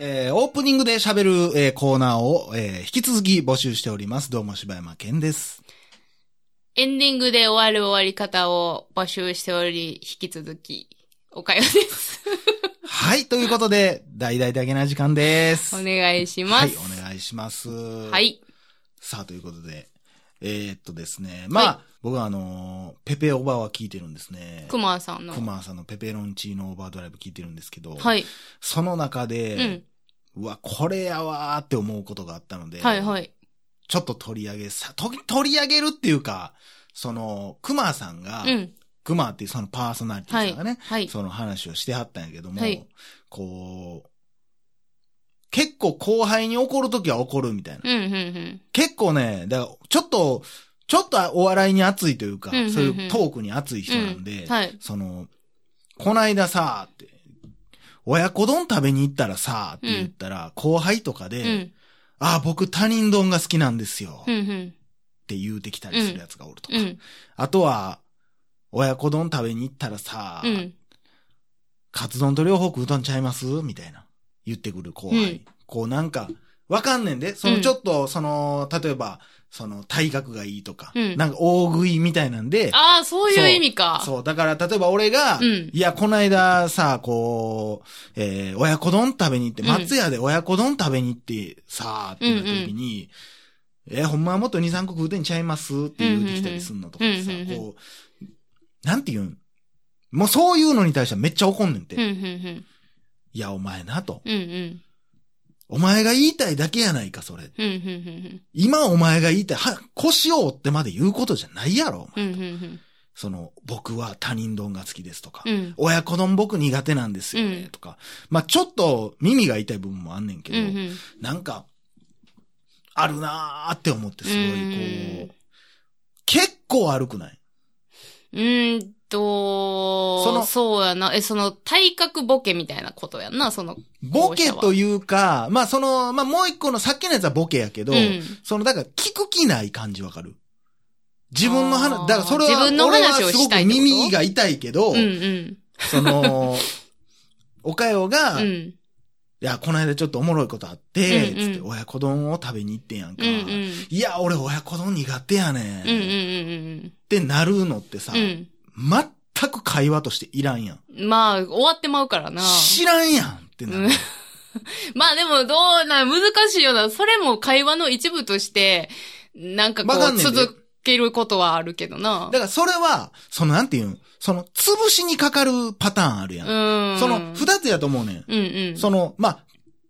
えーオープニングで喋る、えーコーナーを、えー引き続き募集しております。どうも柴山健です。エンディングで終わる終わり方を募集しており、引き続き、おかよです。はい、ということで、大々だけな時間です。お願いします。はい、お願いします。は。い。さあ、ということで、えーっとですね、まあ、は僕はあのーペペオーバーは聞いてるんですね。くまさんの。クマさんのペペロンチーノオーバードライブ聞いてるんですけど、はい。その中うでん、。うわ、これやわーって思うことがあったので、はいはい。ちょっと取り上げさ、と取り上げるっていうか、その、クマさんが、うん。クマっていうそのパーソナリテはィい。さんがね、はい。その話をしてはったんやけども、はいこう、結構後輩に怒るときは怒るみたいな。うん、うん、うん。結構ね、だからちょっと、ちょっとお笑いに熱いというか、うんうんうんそういうトークに熱い人なんで、うんはいその、こないださ、って、親子丼食べに行ったらさ、って言ったら、後輩とかで、うん。ああ、僕他人丼が好きなんですよ、うっん、うん。て言うてきたりするやつがおるとか。うん。あとは、親子丼食べに行ったらさ、うん。カツ丼と両方食うとんちゃいますみたいな。言ってくる後輩。うんこうなんか、わかんねんで。そうのんちょっと、その、例えば、その体格がいいとか、うんなんか大食いみたいなんで、ああ、そういう意味か。そう、だから例えば俺が、うんいや、こないださ、こう、えー、親子丼食べに行って、うん松屋で親子丼食べに行ってさ、ってなった時に、えーほんまはもっと2、3個食うてんちゃいますって言うてきたりすんのとかってさうんう、んうんこう、なんて言うんもうそういうのに対してはめっちゃ怒んねんて。うん、うん、うん。いや、お前なと。うん、うん。お前が言いたいだけやないか、それ。うん、うん、うん。今お前が言いたい、は、腰を折ってまで言うことじゃないやろ、お前うん、うん、うん。その、僕は他人丼が好きですとか、うん。親子丼僕苦手なんですよね、うんとか。まあちょっと耳が痛い部分もあんねんけうん、ど、うん。なんか、あるなーって思って、すごい、うこう、結構悪くないうんと、そそのそうやな。え、その、体格ボケみたいなことやんな、その。ボケというか、まあその、まあもう一個のさっきのやつはボケやけど、うんその、だから聞く気ない感じわかる自分のあ話、ーだからそれは、自分の俺は話をすごしたいくってこと耳が痛いけど、うん、うん。そ の、おかよが、ういん。や、この間ちょっとおもろいことあって、うんうつんって親子丼を食べに行ってんやんか。うん、うん。いや、俺親子丼苦手やねん。うんうんっうんてなるのってさ、うんうん。全く会話としていらんやん。うん。まあ、終わってまうからな。知らんやんってなる。まあでも、どうな、難しいよな。それも会話の一部として、なんかこわかんう、ねんで続けることはあるけどなだ。からそれは、そのなんていうん、その潰しにかかるパターンあるやん。うん。その二つやと思うねん。うんうん。その、まあ、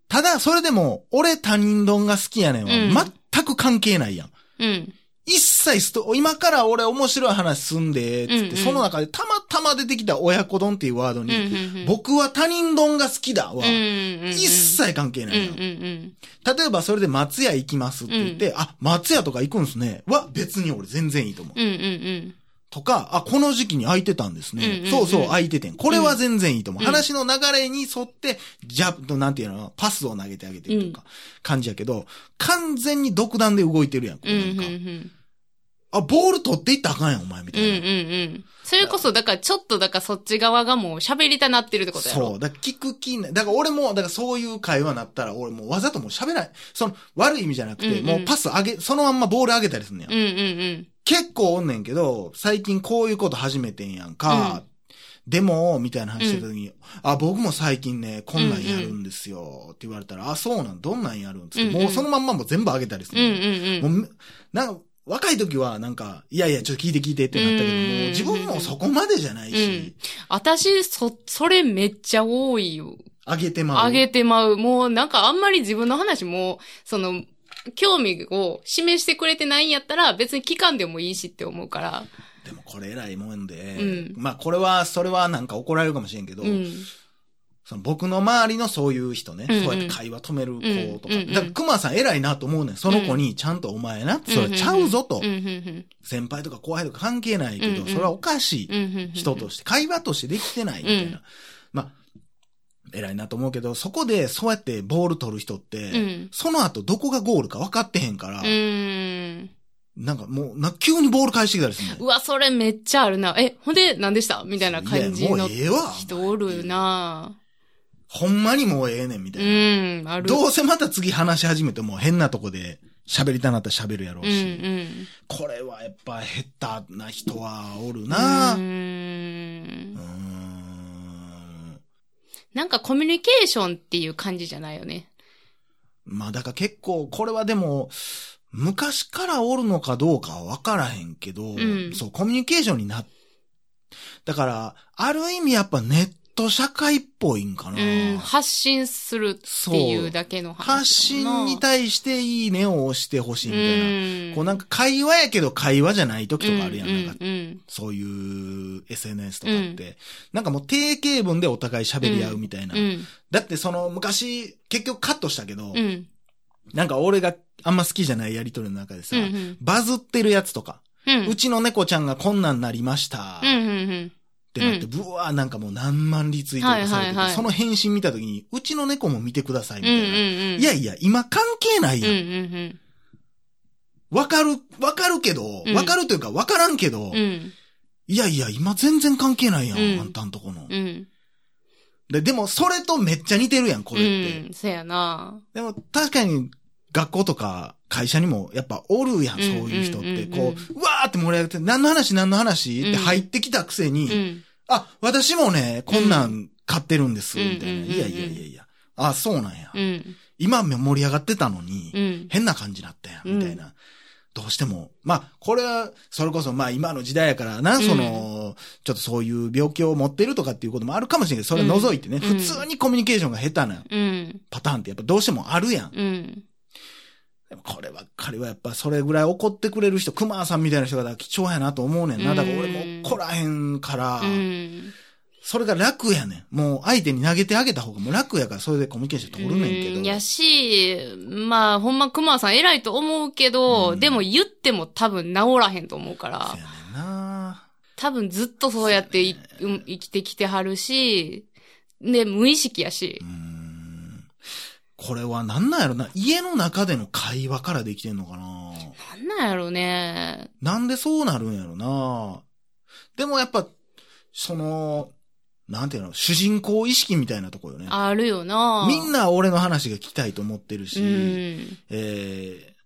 ただそれでも、俺他人丼が好きやねんは、うん全く関係ないやん。うん。一切スト、今から俺面白い話すんで、つって、うんうんその中でたまたま出てきた親子丼っていうワードうに、んうんうん。僕は他人丼が好きだうんは、うんうん。一切関係うなんいやん。うん例えばそれで松屋行きますって言って、あ、松屋とか行くんすね。は、別に俺全然いいと思う。うん。うんうんとか、あ、この時期に空いてたんですね。うんうんうんそうそう、空いててん。これは全然いいと思う。うん話の流れに沿って、ジャブ、なんていうの、パスを投げてあげてるというか、感じやけど、完全に独断で動いてるやん。こうん。ううんなんうんうかん。あ、ボール取っていったらあかんやん、お前、みたうんういんな。うん。それこそ、だからちょっと、だからそっち側がもう喋りたなってるってことやろ。そう。だから聞く気ない。だから俺も、だからそういう会話になったら、俺もうわざともう喋らない。その、悪い意味じゃなくて、うんうんもうパス上げ、そのまんまボール上げたりすんねやん。うんうん結構おんねんけど、最近こういうこと始めてんやんか。でも、みたいな話してた時に、あ、僕も最近ね、こんなんやるんですよ、って言われたら、あ、そうなん、どんなんやるんっつって、うんうんもうそのまんまもう全部あげたりすうん。うる。んうんうん。もうめなんか、若い時はなんか、いやいや、ちょっと聞いて聞いてってなったけど、うんもう自分もそこまでじゃないし、私、そ、それめっちゃ多いよ。あ、げてまう。あげてまう。もうなんかあんまり自分の話も、その、興味を示してくれてないんやったら別に期間でもいいしって思うから。でもこれ偉いもんで、うんまあこれは、それはなんか怒られるかもしれんけど、うん。その僕の周りのそういう人ね、うんうんそうやって会話止める子とか、うんうんうんだから熊さん偉いなと思うねん。その子にちゃんとお前な、それちゃうぞと、うんうん先輩とか後輩とか関係ないけど、うんうんそれはおかしいうん。うんうん。人として、会話としてできてないみたいな。うんまあ、偉いなと思うけど、そこでそうやってボール取る人って、うん。その後どこがゴールか分かってへんから、うん。なんかもう、な、急にボール返してきたりするのうわ、それめっちゃあるな。え、ほんで、何でしたみたいな感じのいやもうええわ人おるな。ほんまにもうええねん、みたういな。ん、ある。どうせまた次話し始めても変なとこで喋りたなったら喋るやろううん、うし。ん。これはやっぱ減ったな人はおるなううんーん。なんかコミュニケーションっていう感じじゃないよね。まあだから結構、これはでも、昔からおるのかどうかはわからへんけど、んそう、コミュニケーションになっ、だから、ある意味やっぱネット社会っぽいんかな。うん、発信するっていうだけの話。発信に対していいねを押してほしいみたいな。うん、こうなんか会話やけど会話じゃない時とかあるやん。うなんかうんうんそういう SNS とかって、なんかもう定型文でお互い喋り合うみたいな。うん。だってその昔、結局カットしたけど、うん。なんか俺があんま好きじゃないやりとりの中でさ、うんうんバズってるやつとか、うん。うちの猫ちゃんがこんなんなりました、うんっうんてなって、ぶわーなんかもう何万リツイートとかされてて、はいはいはいその返信見た時に、うちの猫も見てくださいみうん。うたいんな。うんうん。いやいや、今関係ないうんやん。うんわ、かる、わかるけどう、んわかるというかわからんけど、うん。うん。いやいや、今全然関係ないやん、うんあんたんとこの。うん。ででも、それとめっちゃ似てるやん、こうれって。ん。そやな。でも、確かに、学校とか会社にもやっぱおるやん、うんそういう人って。うんこう、うわーって盛り上げて、何の話何の話って入ってきたくせに、うん。あ、私もね、こんなん買ってるんです、みたいな。うんうんうんうんいやいやいやいや。あ、そうなんや。うん。今盛り上がってたのに、うん。変な感じだったやん、みたいな。どうしても。まあ、これは、それこそ、まあ、今の時代やからな、うんその、ちょっとそういう病気を持ってるとかっていうこともあるかもしれないけど、それを除いてね、うん普通にコミュニケーションが下手なうん。パターンってやっぱどうしてもあるやん。うん。でもこればっかりはやっぱそれぐらい怒ってくれる人、熊さんみたいな人がだから貴重やなと思うねんな。だから俺も怒らへんから、うん。それが楽やねん。もう相手に投げてあげた方がもう楽やから、それでコミュニケーション取るねんけど。うんやし、まあ、ほんま、熊さん偉いと思うけど、うんでも言っても多分治らへんと思うからそう、やねんな。多分ずっとそうやっていうん生きてきてはるし、ね、無意識やしうー。ん。これはなんなんやろな。家の中での会話からできてんのかな。なんなんやろね。なんでそうなるんやろな。でもやっぱ、その、なんていうの、主人公意識みたいなとこよね。あるよな。みんな俺の話が聞きたいと思ってるし、うん。えー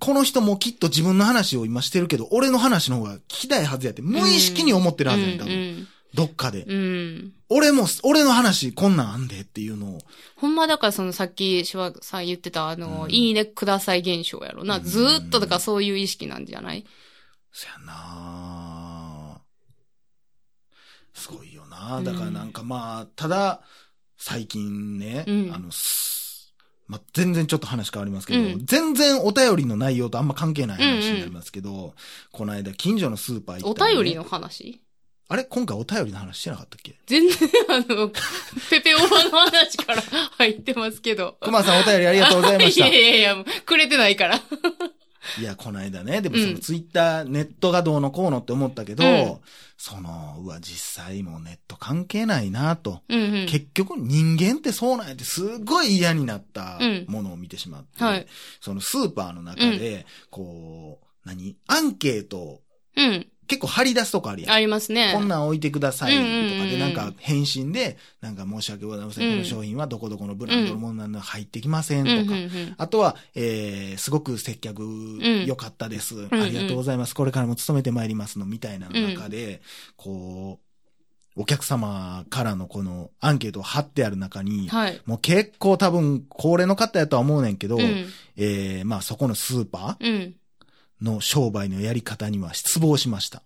この人もきっと自分の話を今してるけど、俺の話の方が聞きたいはずやって、無意識に思ってるはずやねん、多う分。んどっかで。うん。うん。俺も、俺の話こんなんあんでっていうのを。ほんまだからそのさっきしわさん言ってたあの、うんいいねください現象やろな。うんずーっとだからそういう意識なんじゃないそやなぁすごいよなだからなんかまあ、ただ、最近ね、うんあの、すまあ、全然ちょっと話変わりますけど、うん全然お便りの内容とあんま関係ない話になりますけど、この間近所のスーパー行おったらね便りの話あれ今回お便りの話してなかったっけ全然あ の、ペペオバの話から入ってますけど。熊さんお便りありがとうございまし た。いやいやいや、もうくれてないから。いや、この間ね、でもそうのんツイッター、ネットがどうのこうのって思ったけど、うんその、うわ、実際もうネット関係ないなと。うんうん。結局人間ってそうなんやってすっごい嫌になったうんものを見てしまって、はいそのスーパーの中で、こう、何アンケートをうん。結構張り出すとこあるやん。ありますね。こんなん置いてくださいとかうんうんうんうで、んなんか返信で、なんか申し訳ございません。うんこの商品はどこどこのブランドのものなの入ってきませんうとんうか。んうん。あとは、えー、すごく接客良かったです、うんありがとうございます。これからも勤めてまいりますの、みたいなの中で、こう、お客様からのこのアンケートを貼ってある中に、はい。もう結構多分高齢の方やとは思うねんけど、うん。えー、まあそこのスーパうん。ーの商売のやり方には失望しました。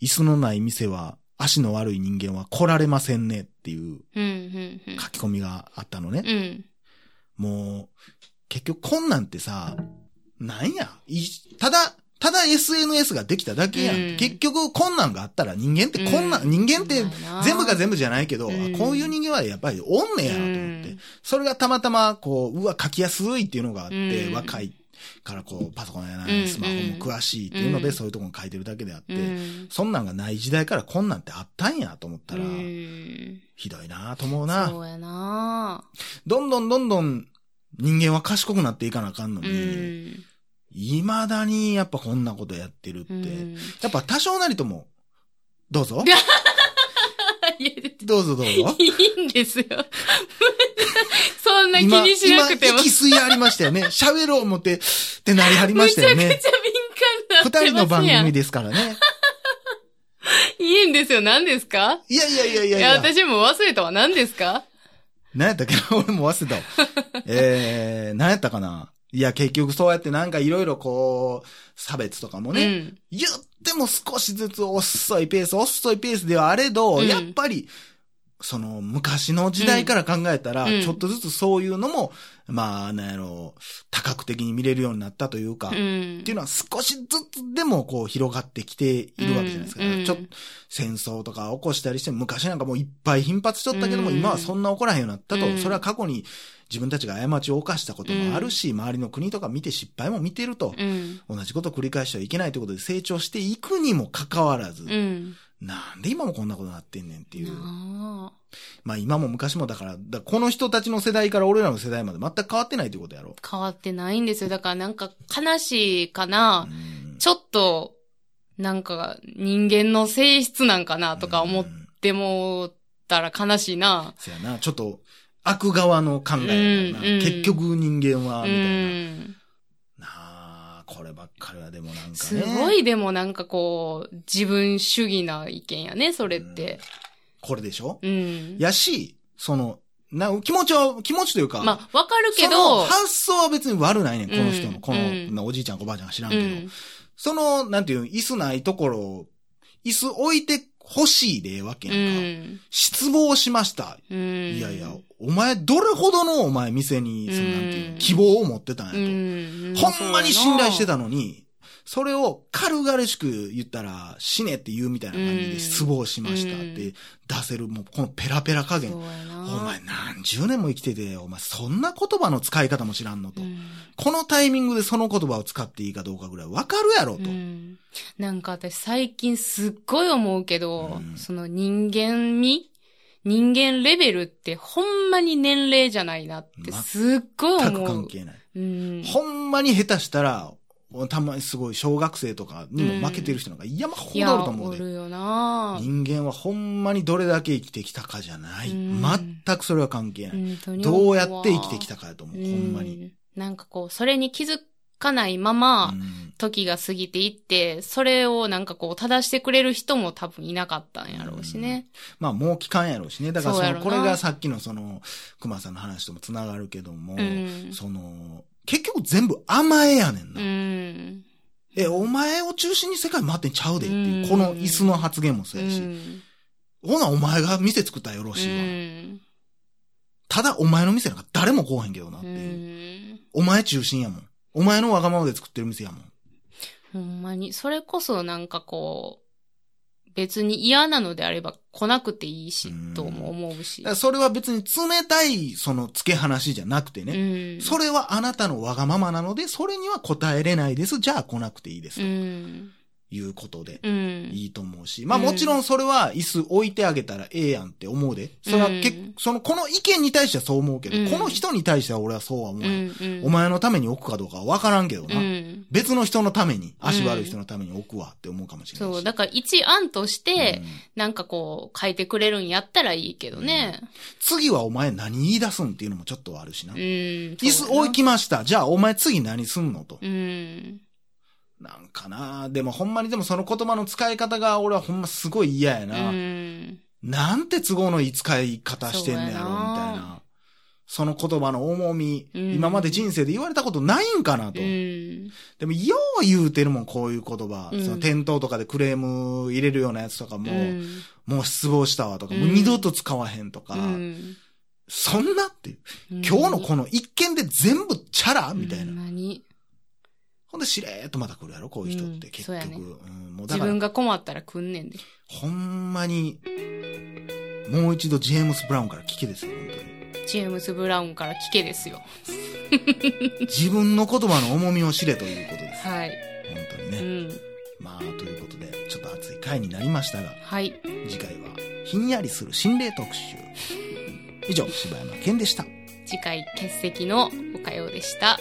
椅子のない店は足の悪い人間は来られませんねっていううん。うん。うん書き込みがあったのね。うん。もう、結局こんなんってさ、なんやいただ、ただ SNS ができただけやん。うん結局こんなんがあったら人間ってこんな、ん、人間って全部が全部じゃないけど、うんあこういう人間はやっぱりおんねやなと思って。うんそれがたまたま、こう、うわ、書きやすいっていうのがあって、うん若いからこう、パソコンやなうんい、スマホも詳しいっていうので、うんそういうとこに書いてるだけであって、部うん。そんなんがない時代からこんなんってあったんやと思ったらう、んひどいなと思うな。そうやなどんどんどんどん人間は賢くなっていかなあかんのうに、ん。未だにやっぱこんなことやってるって、うんやっぱ多少なりとも、どうぞ。いやどうぞどうぞ。いいんですよ。 そんな気にしなく今、ても。今息吸いありましたよね。喋ろう思って、ってなりはりましたよ めちゃねく。ちゃ敏二感人になのってま番すやん。組ですからね。いいんですよ。何ですかいやいやいやいいややいや。私も忘れたわ。何ですか何やったっけな俺も忘 れたわ。えー、何やったかないや、結局そうやってなんかいろいろこう、差別とかもね、言っても少しずつ遅いペース、遅いペースではあれど、うんやっぱり、その昔の時代から考えたら、うんちょっとずつそういうのも、まあ、なんやろう、多角的に見れるようになったというか、うん。うっん。ていうのは少しずつでもこう広がってきているわけじゃないですか。うんだからちょっと戦争とか起こしたりして、昔なんかもういっぱい頻発しとったけども、うん今はそんな起こらへんようになったと、うんそれは過去に自分たちが過ちを犯したこともあるし、周りの国とか見て失敗も見てると、うん。同じことを繰り返してはいけないということで成長していくにもかかわらず、うん。なんで今もこんなことになってんねんっていう。なあまあ今も昔もだから、だからこの人たちの世代から俺らの世代まで全く変わってないということやろ。変わってないんですよ。だからなんか悲しいかな。うんちょっと、なんか人間の性質なんかなとか思っうんてもったら悲しいな。そやな、ちょっと悪側の考えやからな、うんうん結局人間は、うみたいな。ん。なあ、こればっかりはでもなんかね。すごいでもなんかこう、自分主義な意見やね、それって。これでしょ、うん。やし、その、な、気持ちは、気持ちというか、まあ、わかるけそのど、発想は別に悪ないねん、この人の。うんこの、うんなおじいちゃんかおばあちゃんか知らんうけど。ん。その、なんていうの、椅子ないところを、椅子置いてほしいでええわけうやんか。ん。失望しました。うん。いやいや、お前、どれほどのお前店に、そのうんなんていうの、希望を持ってたんやうと。ん。ほんまに信頼してた。たのに、それを軽々しく言ったら、死ねって言うみたいな感じうでん失望しましたっうんて出せる、もうこのペラペラ加減そ。うおやな。前何十年も生きてて、お前そんな言葉の使い方も知らんのとう。んこのタイミングでその言葉を使っていいかどうかぐらいわかるやろとう。ん。なんか私最近すっごい思うけど、うんその人間味人間レベルってほんまに年齢じゃないなってすっごい全く思う関。係ない。うん。ほんまに下手したら、たまにすごい小学生とかにも負けてる人なんか山ほいどや、あると思うおで。るよな人間はほんまにどれだけ生きてきたかじゃない。うん全くそれは関係ない。本当にど思うわやって生きてきたかやと思う。ほんまに。うんなんかこう、それに気づかないまま、うん時が過ぎていって、それをなんかこう、正してくれる人も多分いなかったんやろうしね。まあもう期間やろうしね。だからそそうやの、ろなこれがさっきのその、熊さんの話ともつながるけども、うん。その、結局全部甘えやねんうな。ん。え、お前を中心に世界回ってんちゃうでっていう、うんこの椅子の発言もそうやし、うんほなお前が店作ったらよろしいわ。ただお前の店なんか誰も来おへんけどなっうてんういう。ん。お前中心やもん。お前のわがままで作ってる店やもん。ほんまに、それこそなんかこう、別に嫌なのであれば来なくていいしうん、とも思うしだか。らそれは別に冷たい、その、付け話じゃなくてうね。ん。それはあなたのわがままなので、それには答えれないです。じゃあ来なくていいです。うとん。いうことで。うん。いいと思うし。まあうんもちろんそれは椅子置いてあげたらええやんって思うで。それは結うんその、この意見に対してはそう思うけど、うんこの人に対しては俺はそうは思うわなんい。うん。お前のために置くかどうかはわからんけどな。うん。別の人のために、足悪い人のために置くわって思うかもしれないし。そう、だから一案として、うんなんかこう、書いてくれるんやったらいいけどね。次はお前何言い出すんっていうのもちょっとあるしな。うん。椅子置きました。じゃあお前次何すんのと。うん。なんかなでもほんまにでもその言葉の使い方が俺はほんますごい嫌やな。うん。なんて都合のいい使い方してんねやろみたいそうやなな。その言葉の重み、うん今まで人生で言われたことないんかなと。うん。でもよう言うてるもん、こういう言葉。うんその店頭とかでクレーム入れるようなやつとかも、うんもう失望したわとか、うんもう二度と使わへんとか、うんそんなっていう。今日のこの一件で全部チャラみたいな。ほんまにほんでしれーっとまた来るやろ、こういう人って、うん結そうや局。ねうんもうだか自ら分、が困ったら来んねんで。ほんまに、もう一度ジェームス・ブラウンから聞けですよ、本当に。ジェームス・ブラウンから聞けですよ。自分の言葉の重みを知れということです。はい。本当にうね。ん。まあ、ということで、ちょっと熱い回になりましたが、はい。次回は、ひんやりする心霊特集。以上、柴山健でした。次回欠席のおかようでした。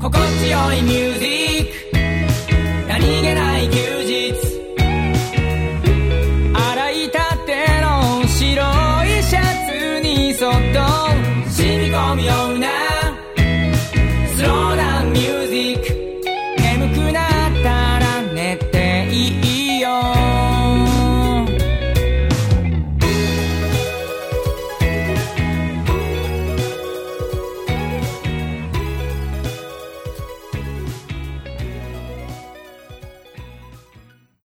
心地よいミュージック何気ない休日